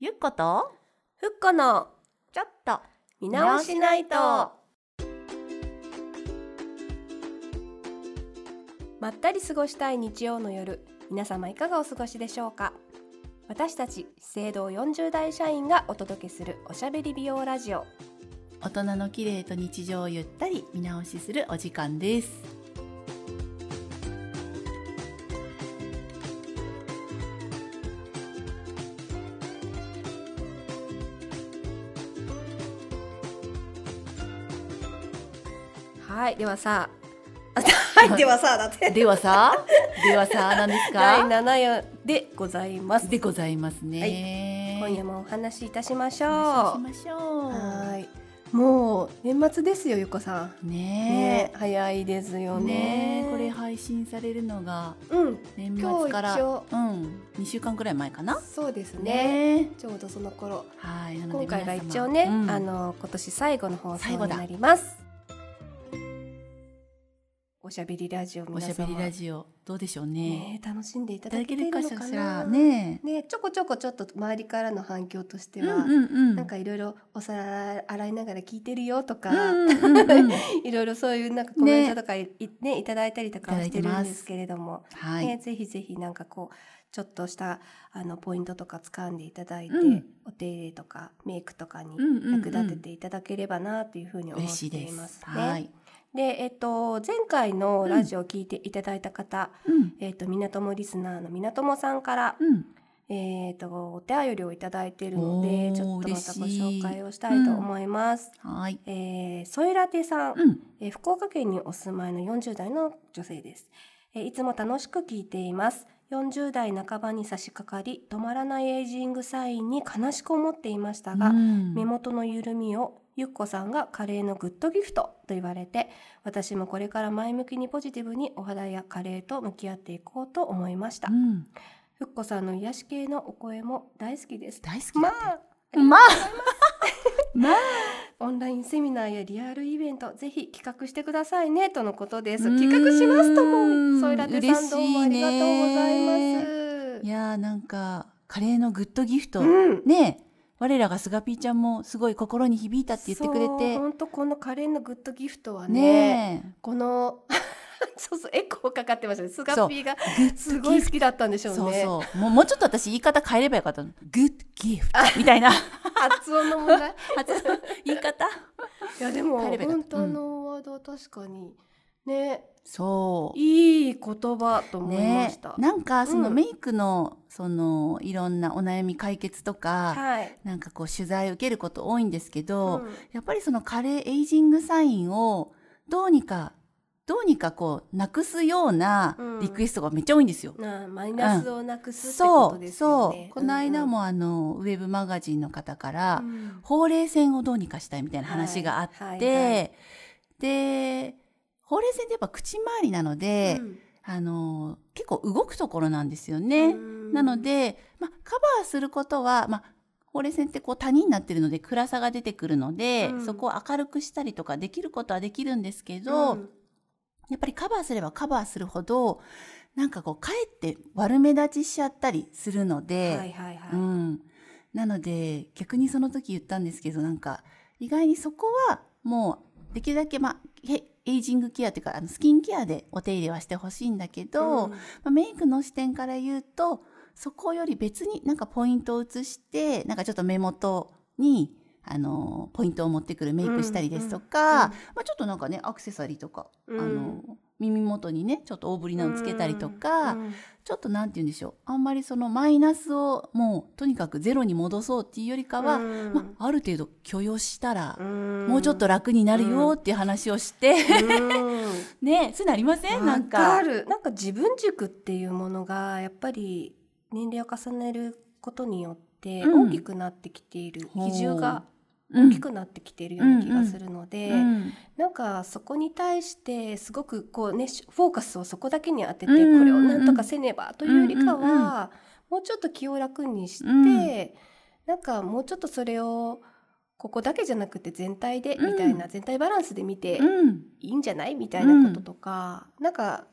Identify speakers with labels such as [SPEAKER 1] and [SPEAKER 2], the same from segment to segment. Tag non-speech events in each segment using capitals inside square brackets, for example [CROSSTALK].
[SPEAKER 1] ゆっこと
[SPEAKER 2] ふっこの
[SPEAKER 1] ちょっと
[SPEAKER 2] 見直しないとまったり過ごしたい日曜の夜皆様いかがお過ごしでしょうか私たち資生堂40代社員がお届けするおしゃべり美容ラジオ
[SPEAKER 1] 大人の綺麗と日常をゆったり見直しするお時間です
[SPEAKER 2] はいではさ [LAUGHS] はいではさだって
[SPEAKER 1] ではさ
[SPEAKER 2] [LAUGHS]
[SPEAKER 1] ではさなんです
[SPEAKER 2] 第
[SPEAKER 1] か
[SPEAKER 2] 7夜でございます
[SPEAKER 1] でございますね、
[SPEAKER 2] 今夜もお話しいたしましょう
[SPEAKER 1] お話ししましょう
[SPEAKER 2] はいもう年末ですよゆこさんね
[SPEAKER 1] ね
[SPEAKER 2] 早いですよ
[SPEAKER 1] え
[SPEAKER 2] ね
[SPEAKER 1] ねえこれ配信されるのが
[SPEAKER 2] うん
[SPEAKER 1] 年
[SPEAKER 2] 今
[SPEAKER 1] 末か
[SPEAKER 2] 日一
[SPEAKER 1] ら
[SPEAKER 2] 応
[SPEAKER 1] うん2週間くらい前かな
[SPEAKER 2] そうですね
[SPEAKER 1] ねえ
[SPEAKER 2] ちょうどその頃
[SPEAKER 1] はいなので
[SPEAKER 2] 今回が
[SPEAKER 1] 皆様
[SPEAKER 2] 一応ね、
[SPEAKER 1] うん
[SPEAKER 2] あの今年最後の放送
[SPEAKER 1] 最
[SPEAKER 2] に
[SPEAKER 1] 後だ
[SPEAKER 2] なりますおしゃべりラジオ
[SPEAKER 1] お
[SPEAKER 2] 皆
[SPEAKER 1] しゃ
[SPEAKER 2] 様
[SPEAKER 1] べりラジオどうでしょうね
[SPEAKER 2] ね楽しんでい
[SPEAKER 1] い
[SPEAKER 2] た
[SPEAKER 1] た
[SPEAKER 2] だ
[SPEAKER 1] だ
[SPEAKER 2] け
[SPEAKER 1] け
[SPEAKER 2] て
[SPEAKER 1] る
[SPEAKER 2] いる
[SPEAKER 1] か
[SPEAKER 2] の
[SPEAKER 1] し
[SPEAKER 2] かな
[SPEAKER 1] らね
[SPEAKER 2] ねちょこちょこちょっと周りからの反響として
[SPEAKER 1] うん
[SPEAKER 2] は、
[SPEAKER 1] うんうん
[SPEAKER 2] なんかいろいろお皿洗いながら聞いてるよとか、
[SPEAKER 1] うんうんうんうん
[SPEAKER 2] いろいろそういうなんかコメントとかい,、ね、いただいたりとかはしてるんですけれども、
[SPEAKER 1] は
[SPEAKER 2] ね
[SPEAKER 1] い
[SPEAKER 2] ぜひぜひなんかこうちょっとしたあのポイントとか掴んでいただいて、
[SPEAKER 1] うん
[SPEAKER 2] お手入れとかメイクとかに
[SPEAKER 1] うんうんうん
[SPEAKER 2] 役立てていただければなというふうに思
[SPEAKER 1] 嬉
[SPEAKER 2] って
[SPEAKER 1] しいで
[SPEAKER 2] います
[SPEAKER 1] す
[SPEAKER 2] ね。
[SPEAKER 1] はい
[SPEAKER 2] でえっと前回のラジオを聞いていただいた方、
[SPEAKER 1] うん
[SPEAKER 2] えっとみなともリスナーのみなともさんから、
[SPEAKER 1] うん
[SPEAKER 2] えっとお手便りをいただいているの
[SPEAKER 1] お
[SPEAKER 2] で
[SPEAKER 1] ー
[SPEAKER 2] ちょっとま
[SPEAKER 1] 嬉
[SPEAKER 2] た
[SPEAKER 1] しい
[SPEAKER 2] ご紹介をしたいと思います。
[SPEAKER 1] はい
[SPEAKER 2] えー、ソイラテさん、
[SPEAKER 1] うん
[SPEAKER 2] えー福岡県にお住まいの40代の女性です、えーいつも楽しく聞いています40代半ばに差し掛かり止まらないエイジングサインに悲しく思っていましたが、
[SPEAKER 1] うん
[SPEAKER 2] 目元の緩みをゆっこさんがカレーのグッドギフトと言われて私もこれから前向きにポジティブにお肌やカレーと向き合っていこうと思いました、
[SPEAKER 1] うん
[SPEAKER 2] ふっこさんの癒し系のお声も大好きです
[SPEAKER 1] 大好き
[SPEAKER 2] ま
[SPEAKER 1] だ
[SPEAKER 2] あ
[SPEAKER 1] ってまあまあ
[SPEAKER 2] オンラインセミナーやリアルイベントぜひ企画してくださいねとのことです
[SPEAKER 1] うーん
[SPEAKER 2] 企画しますともソイラテさ
[SPEAKER 1] 嬉
[SPEAKER 2] ん
[SPEAKER 1] し
[SPEAKER 2] どうもあ
[SPEAKER 1] い
[SPEAKER 2] りがとうございます
[SPEAKER 1] いやーなんかカレーのグッドギフト
[SPEAKER 2] うん
[SPEAKER 1] ねえ我らがスガピーちゃんもすごい心に響いたって言ってくれて
[SPEAKER 2] 本当このカレーのグッドギフトはね
[SPEAKER 1] ね
[SPEAKER 2] この [LAUGHS] そうそうエコーかかってましたねスガピーが
[SPEAKER 1] えグッ
[SPEAKER 2] す
[SPEAKER 1] ド
[SPEAKER 2] ご
[SPEAKER 1] ギ
[SPEAKER 2] い
[SPEAKER 1] フ
[SPEAKER 2] 好きだったんでし
[SPEAKER 1] ト
[SPEAKER 2] ょうね
[SPEAKER 1] そうそうもうもうちょっと私言い方変えればよかったのグッドギフトみたいな
[SPEAKER 2] 発音の問題
[SPEAKER 1] 言い方
[SPEAKER 2] いやでも
[SPEAKER 1] 帰ればよかっ
[SPEAKER 2] 本
[SPEAKER 1] た
[SPEAKER 2] 当あのワードは確かにね
[SPEAKER 1] そう
[SPEAKER 2] いい言葉と思いま
[SPEAKER 1] ね
[SPEAKER 2] した、
[SPEAKER 1] なんかその
[SPEAKER 2] うん
[SPEAKER 1] メイクの、そのいろんなお悩み解決とか、
[SPEAKER 2] はい、
[SPEAKER 1] なんかこう取材受けること多いんですけど、
[SPEAKER 2] うん
[SPEAKER 1] やっぱりその加齢エイジングサインをどうにかどうにかこうなくすような
[SPEAKER 2] うん
[SPEAKER 1] リクエストがめっちゃ多いんですよ。
[SPEAKER 2] なあマイナスをなくすってこ
[SPEAKER 1] そ
[SPEAKER 2] と
[SPEAKER 1] う
[SPEAKER 2] です
[SPEAKER 1] そ
[SPEAKER 2] よね。
[SPEAKER 1] うこの間もあのウェブマガジンの方から、ほうれい線をどうにかしたいみたいな話があって、
[SPEAKER 2] はいはいは
[SPEAKER 1] でほうれい線ってやっぱ口周りなので、
[SPEAKER 2] うん
[SPEAKER 1] あの結構動くところなんですよね。なの、で、まあ、カバーすることは、まあ、ほうれい線ってこう谷になってるので暗さが出てくるので、
[SPEAKER 2] うん
[SPEAKER 1] そこを明るくしたりとかできることはできるんですけ
[SPEAKER 2] うん
[SPEAKER 1] ど、
[SPEAKER 2] うん
[SPEAKER 1] やっぱりカバーすればカバーするほどなんかこうかえって悪目立ちしちゃったりするので、
[SPEAKER 2] はいはいはい、
[SPEAKER 1] うん、なので逆にその時言ったんですけどなんか意外にそこはもうできるだけ、まあ、へエイジングケアというかあのスキンケアでお手入れはしてほしいんだけど、
[SPEAKER 2] うん
[SPEAKER 1] まあ、メイクの視点から言うとそこより別になんかポイントを移してなんかちょっと目元にあのポイントを持ってくるメイクしたりですとか、まあ、ちょっとなんかねアクセサリーとか、
[SPEAKER 2] うん
[SPEAKER 1] あの耳元にねちょっと大ぶりなのつけたりとか、
[SPEAKER 2] うんうん
[SPEAKER 1] ちょっとなんて言うんでしょうあんまりそのマイナスをもうとにかくゼロに戻そうっていうよりかは、
[SPEAKER 2] うん
[SPEAKER 1] まあ、ある程度許容したら、
[SPEAKER 2] うん
[SPEAKER 1] もうちょっと楽になるよっていう話をして、
[SPEAKER 2] う
[SPEAKER 1] [LAUGHS] ねそういうのありません
[SPEAKER 2] ん
[SPEAKER 1] な
[SPEAKER 2] なんん
[SPEAKER 1] か
[SPEAKER 2] かかるなんか自分軸っていうものがやっぱり年齢を重ねることによって
[SPEAKER 1] うん
[SPEAKER 2] 大きくなってきている、
[SPEAKER 1] ほう
[SPEAKER 2] 比重が
[SPEAKER 1] うん
[SPEAKER 2] 大きくなってきているような気がするので、
[SPEAKER 1] うん
[SPEAKER 2] なんかそこに対してすごくこうねしフォーカスをそこだけに当ててこ
[SPEAKER 1] うんうんうん
[SPEAKER 2] れをなんとかせねばというよりか
[SPEAKER 1] うんうん
[SPEAKER 2] はもうちょっと気を楽にして
[SPEAKER 1] うん
[SPEAKER 2] なんかもうちょっとそれをここだけじゃなくて全体でみたいな全体バランスで見て
[SPEAKER 1] うん
[SPEAKER 2] いいんじゃないみたいなこととかなんか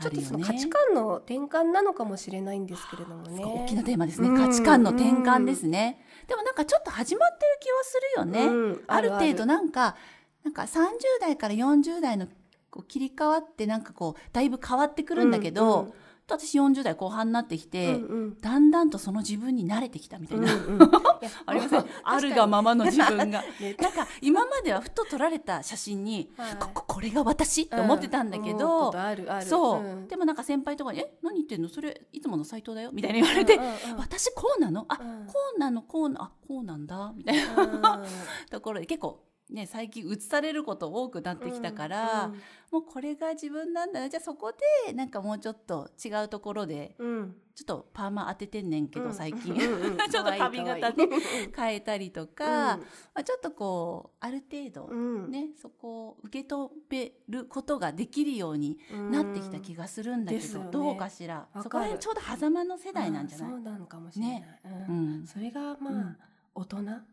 [SPEAKER 2] ちょっとその
[SPEAKER 1] あるよね
[SPEAKER 2] 価値観の転換なのかもしれないんですけれどもね。
[SPEAKER 1] すごい大きなテーマですね、
[SPEAKER 2] うん
[SPEAKER 1] 価値観の転換ですね、でもなんかちょっと始まってる気はするよね、
[SPEAKER 2] うん
[SPEAKER 1] ある程度なんかなんか30代から40代のこう切り替わってなんかこうだいぶ変わってくるんだけど、、私40代後半になってき
[SPEAKER 2] うん
[SPEAKER 1] て、
[SPEAKER 2] うんうんうん
[SPEAKER 1] だんだんとその自分に慣れてきたみたいな、
[SPEAKER 2] うんうんいや
[SPEAKER 1] [LAUGHS] ありません
[SPEAKER 2] [LAUGHS] 確かに
[SPEAKER 1] あるがままの自分が
[SPEAKER 2] ね
[SPEAKER 1] なんか今まではふと撮られた写真に、
[SPEAKER 2] はい
[SPEAKER 1] こここれが私って思ってたんだけ
[SPEAKER 2] う思う
[SPEAKER 1] ど、
[SPEAKER 2] ことあるある
[SPEAKER 1] そう、
[SPEAKER 2] ん
[SPEAKER 1] でもなんか先輩とかに「え何言ってんのそれいつもの斎藤だよ」みたいに言われて「
[SPEAKER 2] うんうんうん
[SPEAKER 1] 私こうなのあ、
[SPEAKER 2] うん
[SPEAKER 1] こうなのこうなあこうなんだ」みたいな
[SPEAKER 2] うん
[SPEAKER 1] ところで結構ね最近映されること多くなってきたから、
[SPEAKER 2] うん
[SPEAKER 1] もうこれが自分なんだなじゃあそこでなんかもうちょっと違うところで
[SPEAKER 2] うん
[SPEAKER 1] ちょっとパーマ当ててんねんけ
[SPEAKER 2] う
[SPEAKER 1] ど
[SPEAKER 2] ん
[SPEAKER 1] 最
[SPEAKER 2] [LAUGHS]
[SPEAKER 1] 近、
[SPEAKER 2] うんうん
[SPEAKER 1] [LAUGHS] ちょっと髪型ね変えたりとか、
[SPEAKER 2] うん
[SPEAKER 1] まあ、ちょっとこうある程度、
[SPEAKER 2] うん
[SPEAKER 1] ねそこを受け止めることができるようになってきた気
[SPEAKER 2] が
[SPEAKER 1] がするんだけ
[SPEAKER 2] です
[SPEAKER 1] ど、
[SPEAKER 2] よね
[SPEAKER 1] どうかしら
[SPEAKER 2] かる
[SPEAKER 1] そこら辺ちょうど狭間の世代なんじゃない、
[SPEAKER 2] そうなのかもしれない
[SPEAKER 1] ね
[SPEAKER 2] う
[SPEAKER 1] うんん、
[SPEAKER 2] それがまあ、
[SPEAKER 1] うん
[SPEAKER 2] 大人な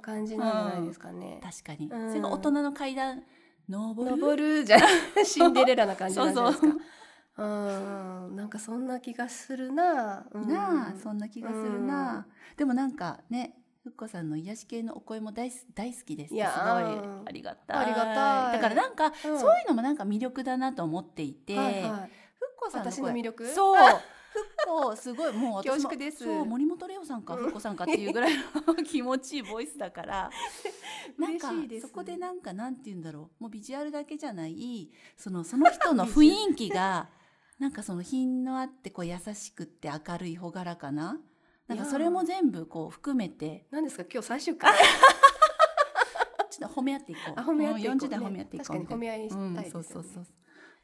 [SPEAKER 2] 感じなんじゃないですかね
[SPEAKER 1] 確かに、
[SPEAKER 2] うん
[SPEAKER 1] それが大人の階段登る
[SPEAKER 2] 登るじゃんシンデレラな感じなんじゃないですか
[SPEAKER 1] そう
[SPEAKER 2] うんなんかそんな気がするな、うん
[SPEAKER 1] なあそんな気がするな、でもなんかねふっこさんの癒し系のお声も大す大好きですってすご
[SPEAKER 2] い
[SPEAKER 1] い
[SPEAKER 2] や
[SPEAKER 1] ありがたい
[SPEAKER 2] ありがたい
[SPEAKER 1] だからなんか、
[SPEAKER 2] うん
[SPEAKER 1] そういうのもなんか魅力だなと思っていて、
[SPEAKER 2] はいはい
[SPEAKER 1] ふっこさんの声
[SPEAKER 2] 私の魅力
[SPEAKER 1] そうふっこすごいもう私も
[SPEAKER 2] 恐縮です
[SPEAKER 1] そう森本レオさんか
[SPEAKER 2] うん
[SPEAKER 1] ふっこさんかっていうぐらいの気持ちいいボイスだからなんか
[SPEAKER 2] 嬉しいです
[SPEAKER 1] そこでなんかなんて言うんだろうもうビジュアルだけじゃないそのその人の雰囲気がなんかその品のあってこう優しくって明るい朗らかな。なんかそれも全部こう含めて
[SPEAKER 2] 何ですか今日最終回
[SPEAKER 1] ちょっと褒め合っていこう。
[SPEAKER 2] あ褒め合っていこう
[SPEAKER 1] うん40代褒め合っていこう
[SPEAKER 2] 確かに褒め合いしたいです
[SPEAKER 1] うん、そ
[SPEAKER 2] よね
[SPEAKER 1] うそうそう。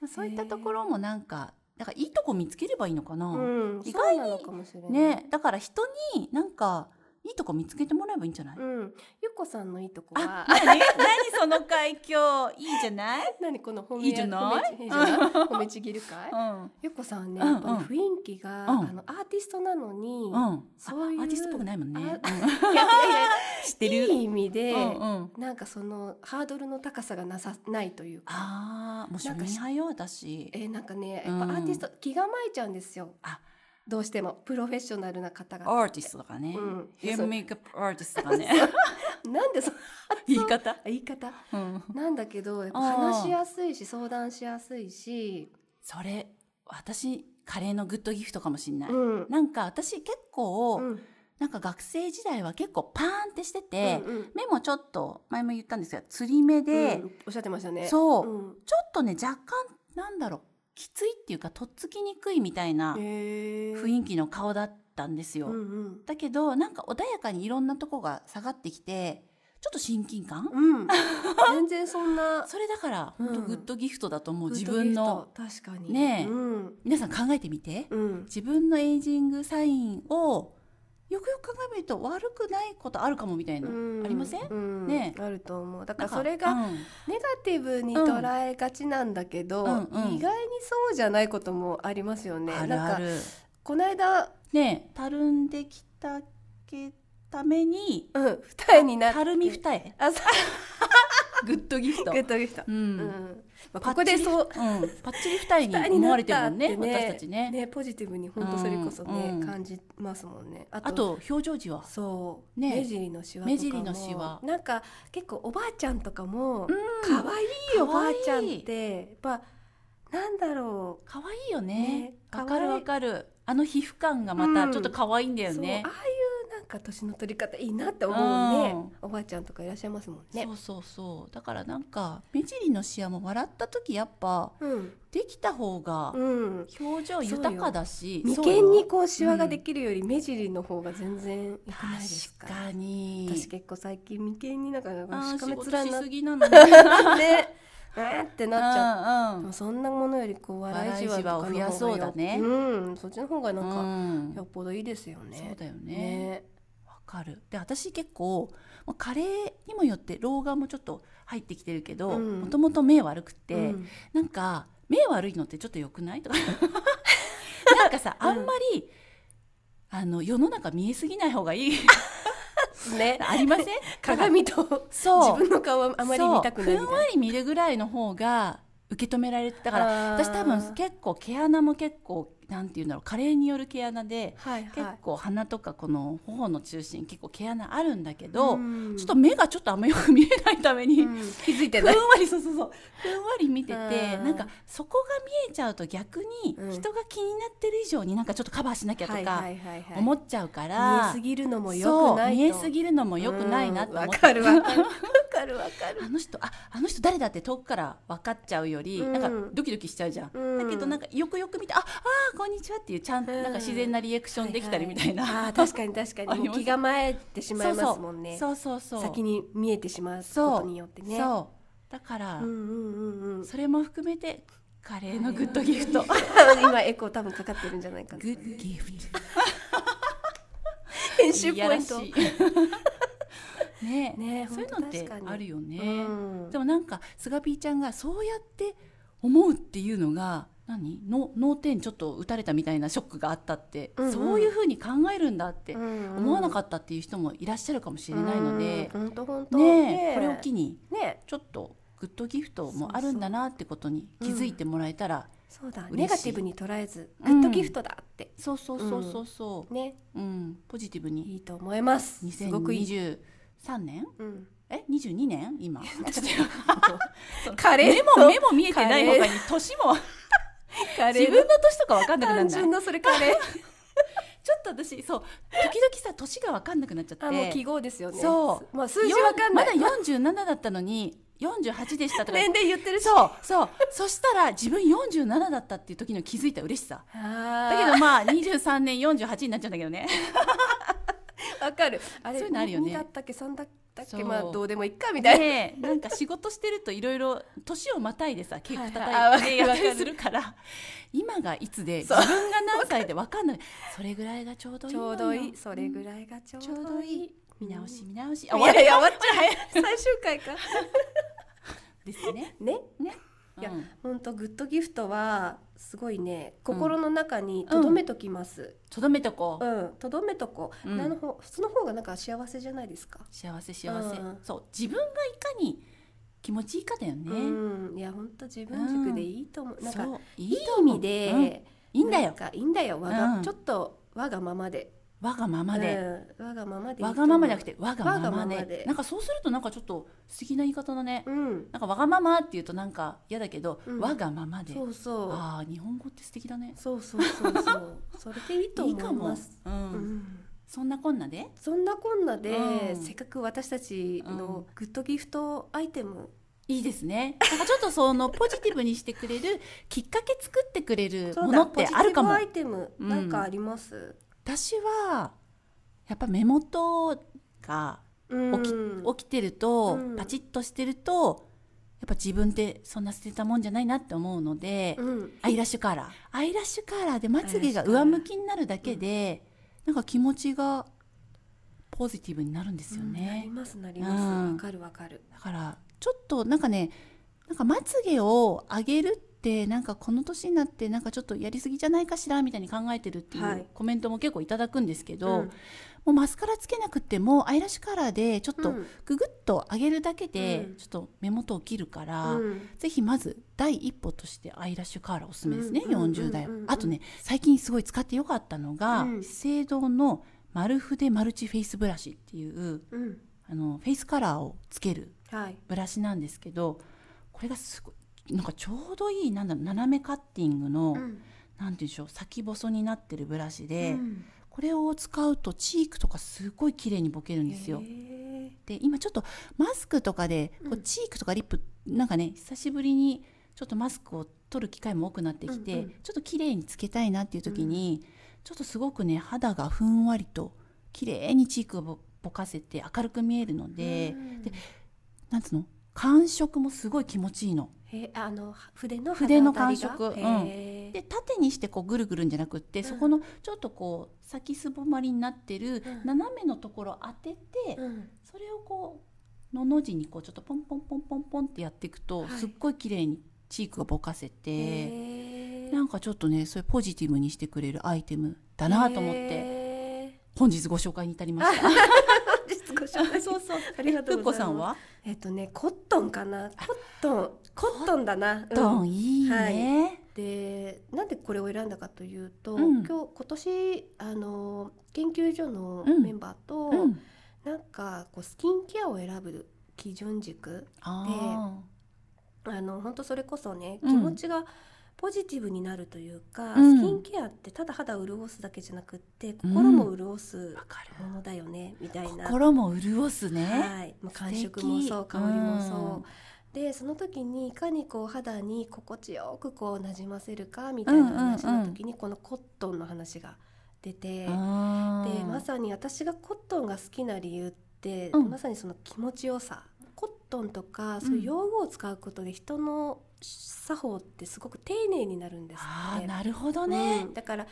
[SPEAKER 1] まあそういったところもなんか、だからいいとこ見つければいいのかな。
[SPEAKER 2] うん
[SPEAKER 1] 意外に
[SPEAKER 2] そうなのかもしれない
[SPEAKER 1] ね、だから人になんかいいとこ見つけてもらえばいいんじゃない？
[SPEAKER 2] うん、ゆっこさんのいいとこは
[SPEAKER 1] 何何その会今日いいじゃない？
[SPEAKER 2] [LAUGHS] 何この褒め
[SPEAKER 1] いいじゃない
[SPEAKER 2] 褒めちいいじゃない褒めちぎるかい
[SPEAKER 1] うん
[SPEAKER 2] ゆっこさんはね
[SPEAKER 1] うん
[SPEAKER 2] やっぱり雰囲気が、
[SPEAKER 1] うん
[SPEAKER 2] あのアーティストなのに、
[SPEAKER 1] うん。
[SPEAKER 2] そういう
[SPEAKER 1] あアーティストっぽくないもんね。
[SPEAKER 2] あ
[SPEAKER 1] うん
[SPEAKER 2] いやいや
[SPEAKER 1] [LAUGHS] 知って
[SPEAKER 2] い
[SPEAKER 1] る
[SPEAKER 2] や。いい意味で、
[SPEAKER 1] うんうん。
[SPEAKER 2] なんかそのハードルの高さがなさないというか
[SPEAKER 1] ああ、もう
[SPEAKER 2] なん
[SPEAKER 1] 庶
[SPEAKER 2] か
[SPEAKER 1] 民
[SPEAKER 2] し
[SPEAKER 1] 派よ私。
[SPEAKER 2] えーなんかねやっぱアーティスト、気構えちゃうんですよ
[SPEAKER 1] あ
[SPEAKER 2] どうしてもプロフェッショナルな方
[SPEAKER 1] ア
[SPEAKER 2] が
[SPEAKER 1] ーティストだからね
[SPEAKER 2] うん。
[SPEAKER 1] ヘア
[SPEAKER 2] そう
[SPEAKER 1] メイクアップアーティスト
[SPEAKER 2] [LAUGHS]
[SPEAKER 1] だね。
[SPEAKER 2] なんでそ
[SPEAKER 1] 言い方。
[SPEAKER 2] 言い方
[SPEAKER 1] うん。
[SPEAKER 2] なんだけどやっぱ
[SPEAKER 1] あー
[SPEAKER 2] 話しやすいし相談しやすいし、
[SPEAKER 1] それ私カレーのグッドギフトかもしんない。
[SPEAKER 2] うん
[SPEAKER 1] なんか私結構、
[SPEAKER 2] うん
[SPEAKER 1] なんか学生時代は結構パーンってしてて、
[SPEAKER 2] うんうん
[SPEAKER 1] 目もちょっと前も言ったんですが釣り目で、
[SPEAKER 2] うんおっしゃってましたね。
[SPEAKER 1] そう、
[SPEAKER 2] うん
[SPEAKER 1] ちょっとね若干なんだろうきついっていうかとっつきにくいみたいな
[SPEAKER 2] へー
[SPEAKER 1] 雰囲気の顔だったんですよ、
[SPEAKER 2] うんうん
[SPEAKER 1] だけどなんか穏やかにいろんなとこが下がってきてちょっと親近感、
[SPEAKER 2] うん、全然そんな
[SPEAKER 1] それだから本当
[SPEAKER 2] うん
[SPEAKER 1] グッドギフトだと思う、
[SPEAKER 2] グッ
[SPEAKER 1] 自
[SPEAKER 2] ド
[SPEAKER 1] 分
[SPEAKER 2] ギフト
[SPEAKER 1] の
[SPEAKER 2] 確かに
[SPEAKER 1] ねえ
[SPEAKER 2] うん
[SPEAKER 1] 皆さん考えてみて
[SPEAKER 2] うん、
[SPEAKER 1] 自分のエイジングサインをよくよく考えると悪くないことあるかもみたいな、
[SPEAKER 2] うん
[SPEAKER 1] ありません
[SPEAKER 2] うん
[SPEAKER 1] ねえ
[SPEAKER 2] あると思うだか
[SPEAKER 1] なん
[SPEAKER 2] ら
[SPEAKER 1] か
[SPEAKER 2] それが
[SPEAKER 1] うん
[SPEAKER 2] ネガティブに捉えがちなんだけど、
[SPEAKER 1] うんうんうん
[SPEAKER 2] 意外にそうじゃないこともありますよね。
[SPEAKER 1] あるあ
[SPEAKER 2] なんか
[SPEAKER 1] る
[SPEAKER 2] この間、
[SPEAKER 1] ねえたるんできたけために
[SPEAKER 2] うん、二重になって
[SPEAKER 1] たるみ二重
[SPEAKER 2] あ、そ
[SPEAKER 1] グッドギフト
[SPEAKER 2] うグッドギフト
[SPEAKER 1] う。、
[SPEAKER 2] うんん、まあ、ここでそう。
[SPEAKER 1] うん、パッチリ二重に
[SPEAKER 2] 二重に
[SPEAKER 1] 思
[SPEAKER 2] な
[SPEAKER 1] わ
[SPEAKER 2] っ
[SPEAKER 1] れてる
[SPEAKER 2] た
[SPEAKER 1] も
[SPEAKER 2] っ
[SPEAKER 1] ん
[SPEAKER 2] て
[SPEAKER 1] ね私たちね
[SPEAKER 2] ねポジティブに本当それこそね、
[SPEAKER 1] うんうん
[SPEAKER 2] 感じますもんねあ
[SPEAKER 1] あと表情時は
[SPEAKER 2] そう、
[SPEAKER 1] ね
[SPEAKER 2] 目尻のシワとかも
[SPEAKER 1] 目尻のシワ
[SPEAKER 2] なんか結構おばあちゃんとかも
[SPEAKER 1] うん
[SPEAKER 2] 可愛、いおばあちゃんってやっぱなんだろ
[SPEAKER 1] 可愛いよね
[SPEAKER 2] ね
[SPEAKER 1] わ、かるわかるあの皮膚感がま
[SPEAKER 2] う
[SPEAKER 1] た
[SPEAKER 2] ん
[SPEAKER 1] ちょっと可愛いんだ
[SPEAKER 2] う
[SPEAKER 1] よ
[SPEAKER 2] そう
[SPEAKER 1] ね
[SPEAKER 2] あ、あいうなんか年の取り方いいなって思うね、
[SPEAKER 1] うん
[SPEAKER 2] おばあちゃんとかいらっしゃいますもんね
[SPEAKER 1] そうそうそうだからなんか目尻のシワも笑った時やっぱ
[SPEAKER 2] うん、
[SPEAKER 1] できた方が
[SPEAKER 2] うん、
[SPEAKER 1] 表情豊かだし、
[SPEAKER 2] 眉
[SPEAKER 1] そうよ
[SPEAKER 2] 間にこうシワができるより目尻の方が全然良くないですか
[SPEAKER 1] 確かに
[SPEAKER 2] 私結構最近眉間になんか
[SPEAKER 1] あ
[SPEAKER 2] し
[SPEAKER 1] ー
[SPEAKER 2] か
[SPEAKER 1] 仕
[SPEAKER 2] め
[SPEAKER 1] 事
[SPEAKER 2] つら
[SPEAKER 1] し
[SPEAKER 2] になっ
[SPEAKER 1] す
[SPEAKER 2] て
[SPEAKER 1] ぎなのね [LAUGHS]
[SPEAKER 2] [LAUGHS] うーってなっちゃって
[SPEAKER 1] な
[SPEAKER 2] でもそんなものよりこう笑いじわとかの方が
[SPEAKER 1] 笑いじわを増やそうだね
[SPEAKER 2] うん、そっちの方がな
[SPEAKER 1] うん
[SPEAKER 2] か
[SPEAKER 1] ん
[SPEAKER 2] よっぽどいいですよね。
[SPEAKER 1] そうだよね
[SPEAKER 2] ね。
[SPEAKER 1] わかるで私結構まあカレーにもよって老眼もちょっと入ってきてるけど
[SPEAKER 2] うん
[SPEAKER 1] もともと目悪くて、
[SPEAKER 2] うん
[SPEAKER 1] なんか目悪いのってちょっと良くないと
[SPEAKER 2] [LAUGHS]
[SPEAKER 1] かなんかさ
[SPEAKER 2] うん
[SPEAKER 1] あんまり、あの世の中見えすぎない方がいい
[SPEAKER 2] [LAUGHS] ね。
[SPEAKER 1] ありません
[SPEAKER 2] 鏡と
[SPEAKER 1] そう
[SPEAKER 2] 自分の顔はあまり見たくない
[SPEAKER 1] そうふんわり見るぐらいの方が受け止められてだから私多分結構毛穴も結構なんていうんだろう加齢による毛穴で、
[SPEAKER 2] はい
[SPEAKER 1] 結
[SPEAKER 2] はい
[SPEAKER 1] 構鼻とかこの頬の中心結構毛穴あるんだけど、
[SPEAKER 2] うん
[SPEAKER 1] ちょっと目がちょっとあんまよく見えないために、
[SPEAKER 2] うん気づい
[SPEAKER 1] [LAUGHS]
[SPEAKER 2] て
[SPEAKER 1] ふん
[SPEAKER 2] な
[SPEAKER 1] わ
[SPEAKER 2] い
[SPEAKER 1] りそうそうそうふんわり見てて
[SPEAKER 2] うん
[SPEAKER 1] なんかそこが見えちゃうと逆に
[SPEAKER 2] うん
[SPEAKER 1] 人が気になってる以上になんかちょっとカバーしなきゃと
[SPEAKER 2] はい
[SPEAKER 1] か
[SPEAKER 2] はいはいはい
[SPEAKER 1] 思っちゃうか
[SPEAKER 2] 見え
[SPEAKER 1] ら
[SPEAKER 2] すぎるのも良
[SPEAKER 1] そ
[SPEAKER 2] くな
[SPEAKER 1] う
[SPEAKER 2] いと
[SPEAKER 1] 見えすぎるのも良くないなと思
[SPEAKER 2] うん
[SPEAKER 1] っ
[SPEAKER 2] わ
[SPEAKER 1] て
[SPEAKER 2] かるわ
[SPEAKER 1] [LAUGHS]
[SPEAKER 2] かるわかるわかる
[SPEAKER 1] あの人ああの人誰だって遠くから分かっちゃうより
[SPEAKER 2] うん
[SPEAKER 1] なんかドキドキしちゃうじゃんだけどなん
[SPEAKER 2] か
[SPEAKER 1] かよくよく見てああーこんにちはっていうちゃんと
[SPEAKER 2] うん
[SPEAKER 1] なんか自然なリアクションできたりみたいな
[SPEAKER 2] あー確かに確か
[SPEAKER 1] [LAUGHS] あ
[SPEAKER 2] に
[SPEAKER 1] り
[SPEAKER 2] も
[SPEAKER 1] ま
[SPEAKER 2] う
[SPEAKER 1] す
[SPEAKER 2] 気構えてしまいますもんね
[SPEAKER 1] [LAUGHS] そうそうそう
[SPEAKER 2] 先に見えてしまうこ
[SPEAKER 1] そう
[SPEAKER 2] とによってね
[SPEAKER 1] そうだから
[SPEAKER 2] うんうんうんうん
[SPEAKER 1] それも含めてカレーのグッドギフト
[SPEAKER 2] 今エコー多分かかってるんじ
[SPEAKER 1] [LAUGHS]
[SPEAKER 2] ゃないかな
[SPEAKER 1] グッドギフト
[SPEAKER 2] 編集ポイント
[SPEAKER 1] いやら
[SPEAKER 2] [LAUGHS]
[SPEAKER 1] しいねえ
[SPEAKER 2] ねえ
[SPEAKER 1] そういうのってあるよね、
[SPEAKER 2] うん
[SPEAKER 1] でもなんかスガピーちゃんがそうやって思うっていうのが何の脳天ちょっと打たれたみたいなショックがあったって、
[SPEAKER 2] うんうん
[SPEAKER 1] そういうふうに考えるんだって思わなか
[SPEAKER 2] っ
[SPEAKER 1] ったっていう人もいらっしゃるかもしれないので、
[SPEAKER 2] 本当本当
[SPEAKER 1] ねえこれを機に
[SPEAKER 2] ね
[SPEAKER 1] ちょっとグッドギフトもあるんだなってことに気づいてもらえたら、
[SPEAKER 2] そうだ
[SPEAKER 1] 嬉しい
[SPEAKER 2] ネガティブに捉えずグ
[SPEAKER 1] うん
[SPEAKER 2] ッドギフトだって
[SPEAKER 1] そうそうそうそうそ
[SPEAKER 2] ね
[SPEAKER 1] う、うん、ポジティブに
[SPEAKER 2] いいと思いますすごくいい
[SPEAKER 1] 2023年
[SPEAKER 2] うん
[SPEAKER 1] え22年
[SPEAKER 2] [LAUGHS]
[SPEAKER 1] 今ちょっと
[SPEAKER 2] カレー
[SPEAKER 1] 目も目も見えてない他
[SPEAKER 2] カ
[SPEAKER 1] に年も
[SPEAKER 2] カレ
[SPEAKER 1] 自
[SPEAKER 2] ー
[SPEAKER 1] 分の年とか分かんなくなるん
[SPEAKER 2] 単
[SPEAKER 1] だちょ
[SPEAKER 2] 純なそれカレー
[SPEAKER 1] っと私そう時々さ年が分かんなくなっちゃって
[SPEAKER 2] あもう記号ですよね
[SPEAKER 1] そう
[SPEAKER 2] まあ数字わかんない
[SPEAKER 1] よんまだ47だったのに48でしたとか
[SPEAKER 2] 年齢言ってるし
[SPEAKER 1] そうそうそしたら自分47だったっていう時の気づいた嬉しさだけ
[SPEAKER 2] だ
[SPEAKER 1] どまあ23年48になっちゃうんだけどね
[SPEAKER 2] わかるあれ
[SPEAKER 1] そういうのあるよね
[SPEAKER 2] 2だったっけ3だったっ
[SPEAKER 1] そ
[SPEAKER 2] け
[SPEAKER 1] う
[SPEAKER 2] まあどうでもいいかみたいな
[SPEAKER 1] でなんか仕事してるといろいろ年をまたいでさ結構
[SPEAKER 2] はいはいあ
[SPEAKER 1] 叩いてや
[SPEAKER 2] わかる
[SPEAKER 1] ったりするから今がいつで自
[SPEAKER 2] そう
[SPEAKER 1] 分が何歳で分かんないそれぐらいがちょうどいい
[SPEAKER 2] ち
[SPEAKER 1] の
[SPEAKER 2] ょ
[SPEAKER 1] よ
[SPEAKER 2] うどいいそれぐらいがちょ
[SPEAKER 1] ちょ
[SPEAKER 2] う
[SPEAKER 1] う
[SPEAKER 2] ど
[SPEAKER 1] ど
[SPEAKER 2] い
[SPEAKER 1] い
[SPEAKER 2] い
[SPEAKER 1] い見直し見直し
[SPEAKER 2] いやいや終わっちゃう
[SPEAKER 1] 早い
[SPEAKER 2] 最終回か
[SPEAKER 1] ですね
[SPEAKER 2] ね
[SPEAKER 1] うん
[SPEAKER 2] いや本当グッドギフトはすごいね心の中に留めときます
[SPEAKER 1] とどめとこう
[SPEAKER 2] うん留めとこう
[SPEAKER 1] うん
[SPEAKER 2] なのほその方がなんか幸せじゃないですか
[SPEAKER 1] 幸せ幸せ
[SPEAKER 2] うん
[SPEAKER 1] そう自分がいかに気持ちいいかだよね
[SPEAKER 2] うんいや本当自分軸でいいと思うなん
[SPEAKER 1] そ
[SPEAKER 2] か
[SPEAKER 1] うい
[SPEAKER 2] いい
[SPEAKER 1] いと
[SPEAKER 2] 意
[SPEAKER 1] 思う
[SPEAKER 2] 味で
[SPEAKER 1] うんいいんだ
[SPEAKER 2] なん
[SPEAKER 1] よ
[SPEAKER 2] かいいんだよわが
[SPEAKER 1] うん
[SPEAKER 2] ちょっとわがままで
[SPEAKER 1] わがままで
[SPEAKER 2] うんわがままでい
[SPEAKER 1] わ
[SPEAKER 2] いと思う
[SPEAKER 1] がままじゃなくてわが
[SPEAKER 2] わが
[SPEAKER 1] まま
[SPEAKER 2] まま
[SPEAKER 1] で
[SPEAKER 2] で
[SPEAKER 1] なんかそうするとなんかちょっと素敵な言い方だね
[SPEAKER 2] うん
[SPEAKER 1] なんかわがままっていうとなんか嫌だけど
[SPEAKER 2] うん
[SPEAKER 1] わがままで
[SPEAKER 2] そうそう
[SPEAKER 1] ああ日本語って素敵だね
[SPEAKER 2] そうそうそう
[SPEAKER 1] [LAUGHS]
[SPEAKER 2] そう。それでいいと
[SPEAKER 1] い
[SPEAKER 2] 思
[SPEAKER 1] いか
[SPEAKER 2] い
[SPEAKER 1] も
[SPEAKER 2] ます。
[SPEAKER 1] う
[SPEAKER 2] うんん
[SPEAKER 1] そんなこんなで
[SPEAKER 2] そんなこんなで、
[SPEAKER 1] うん
[SPEAKER 2] せっかく私たちのグッドギフトアイテム、
[SPEAKER 1] いいですね。なんかちょっとそのポジティブにしてくれるきっかけ作ってくれる
[SPEAKER 2] そう
[SPEAKER 1] も
[SPEAKER 2] だ
[SPEAKER 1] のってあるかも
[SPEAKER 2] ポ。ジティブアイテム
[SPEAKER 1] うん
[SPEAKER 2] なんかあります？
[SPEAKER 1] 私はやっぱ目元が
[SPEAKER 2] うん
[SPEAKER 1] 起き,、起きてると、
[SPEAKER 2] うん
[SPEAKER 1] パチッとしてるとやっぱ自分ってそんな捨てたもんじゃないなって思うので、
[SPEAKER 2] うん
[SPEAKER 1] アイラッシュカラーアイラッシュカラーでまつげが上向きになるだけで、なんか気持ちがポジティブになるんですよ
[SPEAKER 2] な
[SPEAKER 1] ね
[SPEAKER 2] り。ますなります。わ、
[SPEAKER 1] うん
[SPEAKER 2] かるわかる。
[SPEAKER 1] だからちょっとなんかねなんかまつげを上げるってなんかこの年になってなんかちょっとやりすぎじゃないかしらみたいに考えてるってい
[SPEAKER 2] はいう
[SPEAKER 1] コメントも結構いただくんですけど、
[SPEAKER 2] うん
[SPEAKER 1] もうマスカラつけなくてもアイラッシュカラーでちょっ
[SPEAKER 2] う
[SPEAKER 1] と
[SPEAKER 2] ん
[SPEAKER 1] ググッと上げるだけで
[SPEAKER 2] うん
[SPEAKER 1] ちょっと目元を切るから、
[SPEAKER 2] うん
[SPEAKER 1] ぜひまず第一歩としてアイラッシュカラーおすすめですね、
[SPEAKER 2] うんうん
[SPEAKER 1] 40代は
[SPEAKER 2] うんうん
[SPEAKER 1] あとね最近すごい使ってよかったのが、
[SPEAKER 2] うん
[SPEAKER 1] 資生堂の丸筆マルチフェイスブラシっていう
[SPEAKER 2] うん
[SPEAKER 1] あのフェイスカラーをつける
[SPEAKER 2] はい。
[SPEAKER 1] ブラシなんですけどこれがすごいなんかちょうどいいなんだろう斜めカッティングの、
[SPEAKER 2] うん
[SPEAKER 1] なんていうんでしょう先細になってるブラシで、
[SPEAKER 2] うん
[SPEAKER 1] これを使うとチークとかすごい綺麗にボケるんですよ
[SPEAKER 2] へ。ー
[SPEAKER 1] で今ちょっとマスクとかでこ
[SPEAKER 2] う
[SPEAKER 1] うんチークとかリップ、なんかね久しぶりにちょっとマスクを取る機会も多くなってきて、
[SPEAKER 2] うんうん
[SPEAKER 1] ちょっと綺麗につけたいなっていう時に、ちょっとすごくね肌がふんわりと綺麗にチークをぼぼかせて明るく見えるので。
[SPEAKER 2] うん
[SPEAKER 1] でなんつうの感触もすごい気持ちいいの。
[SPEAKER 2] へーあの筆の
[SPEAKER 1] 筆の
[SPEAKER 2] 肌当たりが
[SPEAKER 1] 感触うん
[SPEAKER 2] へー
[SPEAKER 1] で縦にしてこうぐるぐるんじゃなくって、
[SPEAKER 2] ん
[SPEAKER 1] そこのちょっとこう先すぼまりになってる
[SPEAKER 2] うん
[SPEAKER 1] 斜めのところ当てて、
[SPEAKER 2] うん
[SPEAKER 1] それをこうのの字にこうちょっとポンポンポンポンポンってやっていくと、
[SPEAKER 2] はい
[SPEAKER 1] すっごい綺麗にチークがぼかせて、
[SPEAKER 2] へー
[SPEAKER 1] なんかちょっとねそういうポジティブにしてくれるアイテムだなと思って
[SPEAKER 2] へー [LAUGHS]
[SPEAKER 1] 本日ご紹介に至りました。
[SPEAKER 2] 実ご紹介。
[SPEAKER 1] そうそう。
[SPEAKER 2] ありがとうござい
[SPEAKER 1] ふっこさ
[SPEAKER 2] ます
[SPEAKER 1] んは？
[SPEAKER 2] えっとね、コットンかな。コットン、コットンだな。
[SPEAKER 1] ド
[SPEAKER 2] うん
[SPEAKER 1] ンいいね。
[SPEAKER 2] で、なんでこれを選んだかというと、
[SPEAKER 1] うん
[SPEAKER 2] 今日今年あの研究所の
[SPEAKER 1] うん
[SPEAKER 2] メンバーと、
[SPEAKER 1] うん。
[SPEAKER 2] なんかこうスキンケアを選ぶ基準軸、
[SPEAKER 1] あ
[SPEAKER 2] あの本当それこそね、
[SPEAKER 1] うん
[SPEAKER 2] 気持ちがポジティブになるというか、
[SPEAKER 1] うん
[SPEAKER 2] スキンケアってただ肌を潤すだけじゃなくって心も潤す
[SPEAKER 1] あ。わかる。
[SPEAKER 2] ものだよね、みたいな。
[SPEAKER 1] 心も潤すね。
[SPEAKER 2] はい、もう
[SPEAKER 1] 素敵
[SPEAKER 2] 感触もそう香りもそう、でその時にいかにこう肌に心地よくこうなじませるかみたいな話の時に、このコットンの話が出て、
[SPEAKER 1] うん。あ
[SPEAKER 2] で
[SPEAKER 1] ー
[SPEAKER 2] まさに私がコットンが好きな理由って、
[SPEAKER 1] うん
[SPEAKER 2] まさにその気持ちよさコットンとかそういう用具を使うことで人の作法ってすごく丁寧になるんです
[SPEAKER 1] あ
[SPEAKER 2] っ
[SPEAKER 1] ー
[SPEAKER 2] て、
[SPEAKER 1] なるほどね
[SPEAKER 2] う。んだから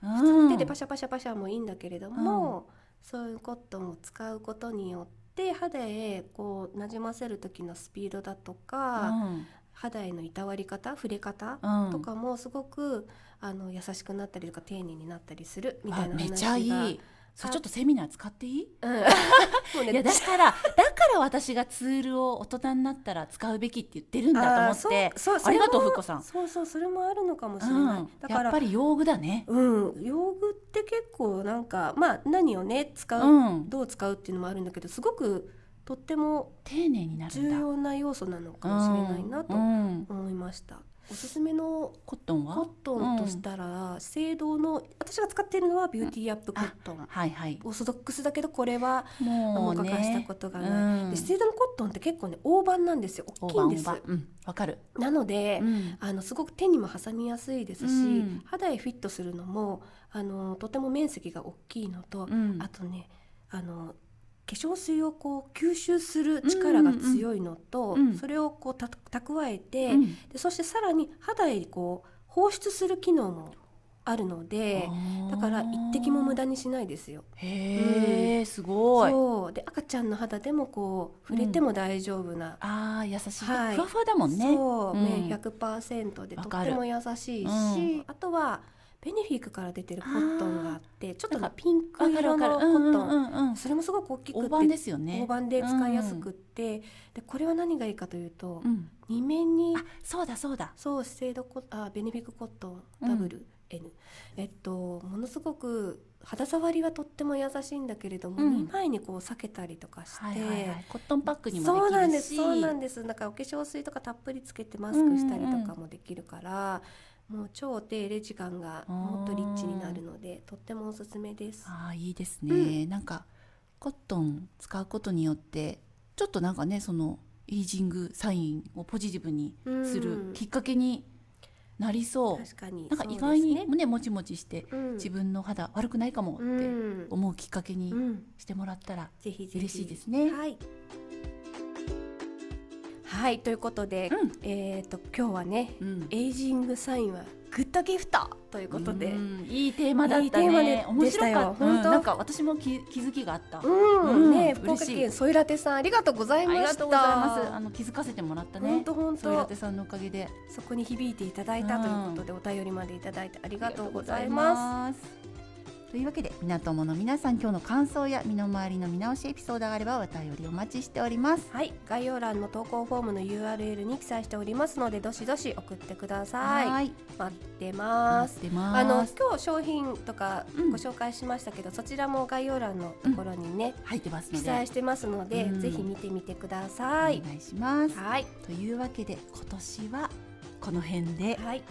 [SPEAKER 1] 普
[SPEAKER 2] 普通に手でパシャパシャパシャもいいんだけれども、そういうコットンを使うことによって肌へこうなじませる時のスピードだとか、肌へのいたわり方触れ方とかもすごく、あの優しくなったりとか丁寧になったりするみたいな話が
[SPEAKER 1] めちゃいい。それちょっとセミナー使っていい？ [LAUGHS]
[SPEAKER 2] うんもうね
[SPEAKER 1] いやだからだから私がツールを大人になったら使うべきって言ってるんだと思って。
[SPEAKER 2] あーそうそう
[SPEAKER 1] ありがとう
[SPEAKER 2] それも
[SPEAKER 1] ふっこさん
[SPEAKER 2] そうそうそれもあるのかもしれ
[SPEAKER 1] うん
[SPEAKER 2] ない、だか
[SPEAKER 1] やっ
[SPEAKER 2] ら
[SPEAKER 1] ぱり用具だね。
[SPEAKER 2] うん用具って結構なんかまあ何をね使う、
[SPEAKER 1] うん。
[SPEAKER 2] どう使うっていうのもあるんだけどすごくとっても
[SPEAKER 1] 丁寧になる
[SPEAKER 2] 重
[SPEAKER 1] んだ。
[SPEAKER 2] 要な要素なのかもしれないなと
[SPEAKER 1] うんうん
[SPEAKER 2] 思いました、おすすめの
[SPEAKER 1] コットン
[SPEAKER 2] コッ
[SPEAKER 1] は？
[SPEAKER 2] トンとしたら青銅の私が使っているのはビューティーアップコットン
[SPEAKER 1] はいはい。
[SPEAKER 2] オーソドックスだけどこれは
[SPEAKER 1] も
[SPEAKER 2] も
[SPEAKER 1] う
[SPEAKER 2] う欠かした
[SPEAKER 1] ね
[SPEAKER 2] こ。とがない、
[SPEAKER 1] うん
[SPEAKER 2] で青銅のコットンって結構ね大判なんですよ大きいんです
[SPEAKER 1] 大判大判うん。わかる。
[SPEAKER 2] なので、
[SPEAKER 1] うん
[SPEAKER 2] あのすごく手にも挟みやすいですし、
[SPEAKER 1] うん
[SPEAKER 2] 肌へフィットするのもあのとても面積が大きいの
[SPEAKER 1] う
[SPEAKER 2] と、
[SPEAKER 1] ん
[SPEAKER 2] あとねあの化粧水をこう吸収する力が強いのと、
[SPEAKER 1] うんうん
[SPEAKER 2] それをこうた蓄えて、
[SPEAKER 1] うん
[SPEAKER 2] でそしてさらに肌へこう放出する機能もあるのでだから一滴も無。
[SPEAKER 1] あー
[SPEAKER 2] 駄にしないですよ。
[SPEAKER 1] へえすごい。
[SPEAKER 2] そうで赤ちゃんの肌でもこう触れても大丈夫な、
[SPEAKER 1] ああ優しい。ふ
[SPEAKER 2] はい
[SPEAKER 1] わふわだもんね。
[SPEAKER 2] そう、
[SPEAKER 1] うん
[SPEAKER 2] ね100%でと
[SPEAKER 1] わ
[SPEAKER 2] っ
[SPEAKER 1] か
[SPEAKER 2] て
[SPEAKER 1] る
[SPEAKER 2] も優しいし、
[SPEAKER 1] うん
[SPEAKER 2] あとはベネフィックから出てるコットンがあってちょっと
[SPEAKER 1] なんか
[SPEAKER 2] ピンク
[SPEAKER 1] わかる
[SPEAKER 2] 色
[SPEAKER 1] わかる。
[SPEAKER 2] のコ
[SPEAKER 1] うんう
[SPEAKER 2] ットン、
[SPEAKER 1] んうんうん。
[SPEAKER 2] それもすごく大きくて
[SPEAKER 1] 大判ですよね
[SPEAKER 2] 大。判で使いやすくって、でこれは何がいいかというと、
[SPEAKER 1] うん。
[SPEAKER 2] 2面に
[SPEAKER 1] あそうだそうだ。
[SPEAKER 2] そう資生堂コあベネフィックコットン
[SPEAKER 1] うん
[SPEAKER 2] WN、えっとものすごく肌触りはとっても優しいんだけれども、
[SPEAKER 1] うん
[SPEAKER 2] 2枚にこう避けたりとかして。
[SPEAKER 1] はいはいはい。コットンパックに
[SPEAKER 2] そ
[SPEAKER 1] も
[SPEAKER 2] うな
[SPEAKER 1] でき
[SPEAKER 2] んで
[SPEAKER 1] る
[SPEAKER 2] す
[SPEAKER 1] し。
[SPEAKER 2] そうなんですなんかお化粧水とかたっぷりつけてマスクしたりとかもできるから、もう超お手入れ時間がもっとリッチになるのでとってもおすすめです
[SPEAKER 1] ああいいですね、なんかコットン使うことによってちょっとなんかねそのイージングサインをポジティブにす
[SPEAKER 2] う
[SPEAKER 1] る
[SPEAKER 2] ん
[SPEAKER 1] きっかけになりそう、
[SPEAKER 2] 確かに
[SPEAKER 1] なんか意外に
[SPEAKER 2] そう
[SPEAKER 1] ね
[SPEAKER 2] です
[SPEAKER 1] もちもちして
[SPEAKER 2] うん
[SPEAKER 1] 自分の肌悪くないかもっ
[SPEAKER 2] う
[SPEAKER 1] て
[SPEAKER 2] ん
[SPEAKER 1] 思うきっかけに
[SPEAKER 2] うん
[SPEAKER 1] してもらったら
[SPEAKER 2] ぜひぜひ
[SPEAKER 1] 嬉しいですね。
[SPEAKER 2] はいはいということで、
[SPEAKER 1] うん
[SPEAKER 2] えっ、と今日はね
[SPEAKER 1] うん
[SPEAKER 2] エイジングサインはグッドギフトということで
[SPEAKER 1] うんいいテーマだっ
[SPEAKER 2] いいテ
[SPEAKER 1] た
[SPEAKER 2] ーマで
[SPEAKER 1] ね面
[SPEAKER 2] でした
[SPEAKER 1] 白
[SPEAKER 2] よ
[SPEAKER 1] かった、
[SPEAKER 2] 本当
[SPEAKER 1] なんか私も気気づきがあった、
[SPEAKER 2] うん、
[SPEAKER 1] うん
[SPEAKER 2] ね
[SPEAKER 1] 嬉しい
[SPEAKER 2] 福岡県ソイラテさんありがとうござい
[SPEAKER 1] あ
[SPEAKER 2] ました
[SPEAKER 1] りがとうございますあの気づかせてもらった
[SPEAKER 2] 本
[SPEAKER 1] ね
[SPEAKER 2] 当本
[SPEAKER 1] そうや
[SPEAKER 2] 当
[SPEAKER 1] てさんのおかげで
[SPEAKER 2] そこに響いていただいた
[SPEAKER 1] うん
[SPEAKER 2] ということで、お便りまでいただいてあり
[SPEAKER 1] あ
[SPEAKER 2] が
[SPEAKER 1] りが
[SPEAKER 2] と
[SPEAKER 1] と
[SPEAKER 2] う
[SPEAKER 1] う
[SPEAKER 2] ご
[SPEAKER 1] ご
[SPEAKER 2] ざ
[SPEAKER 1] ざ
[SPEAKER 2] い
[SPEAKER 1] い
[SPEAKER 2] ます。
[SPEAKER 1] ます。というわけで、港友の皆さん、今日の感想や身の回りの見直しエピソードがあれば、お便りお待ちしております。
[SPEAKER 2] はい、概要欄の投稿フォームの URL に記載しておりますので、どしどし送ってください。
[SPEAKER 1] い、
[SPEAKER 2] 待って
[SPEAKER 1] あ
[SPEAKER 2] ます。
[SPEAKER 1] ってま
[SPEAKER 2] あの
[SPEAKER 1] す。
[SPEAKER 2] 今日商品とか
[SPEAKER 1] うん
[SPEAKER 2] ご紹介しましたけど、そちらも概要欄のところにね、
[SPEAKER 1] 入ってますの
[SPEAKER 2] 記
[SPEAKER 1] で、
[SPEAKER 2] 載してますので、
[SPEAKER 1] うん
[SPEAKER 2] ぜひ見てみてくだ
[SPEAKER 1] お
[SPEAKER 2] さ
[SPEAKER 1] 願
[SPEAKER 2] い。
[SPEAKER 1] いします。
[SPEAKER 2] はい、
[SPEAKER 1] というわけで、今年はこの辺で
[SPEAKER 2] はい、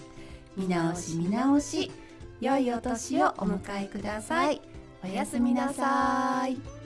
[SPEAKER 1] 見直し見直し、良いお年をお迎えください。おやすみなさい。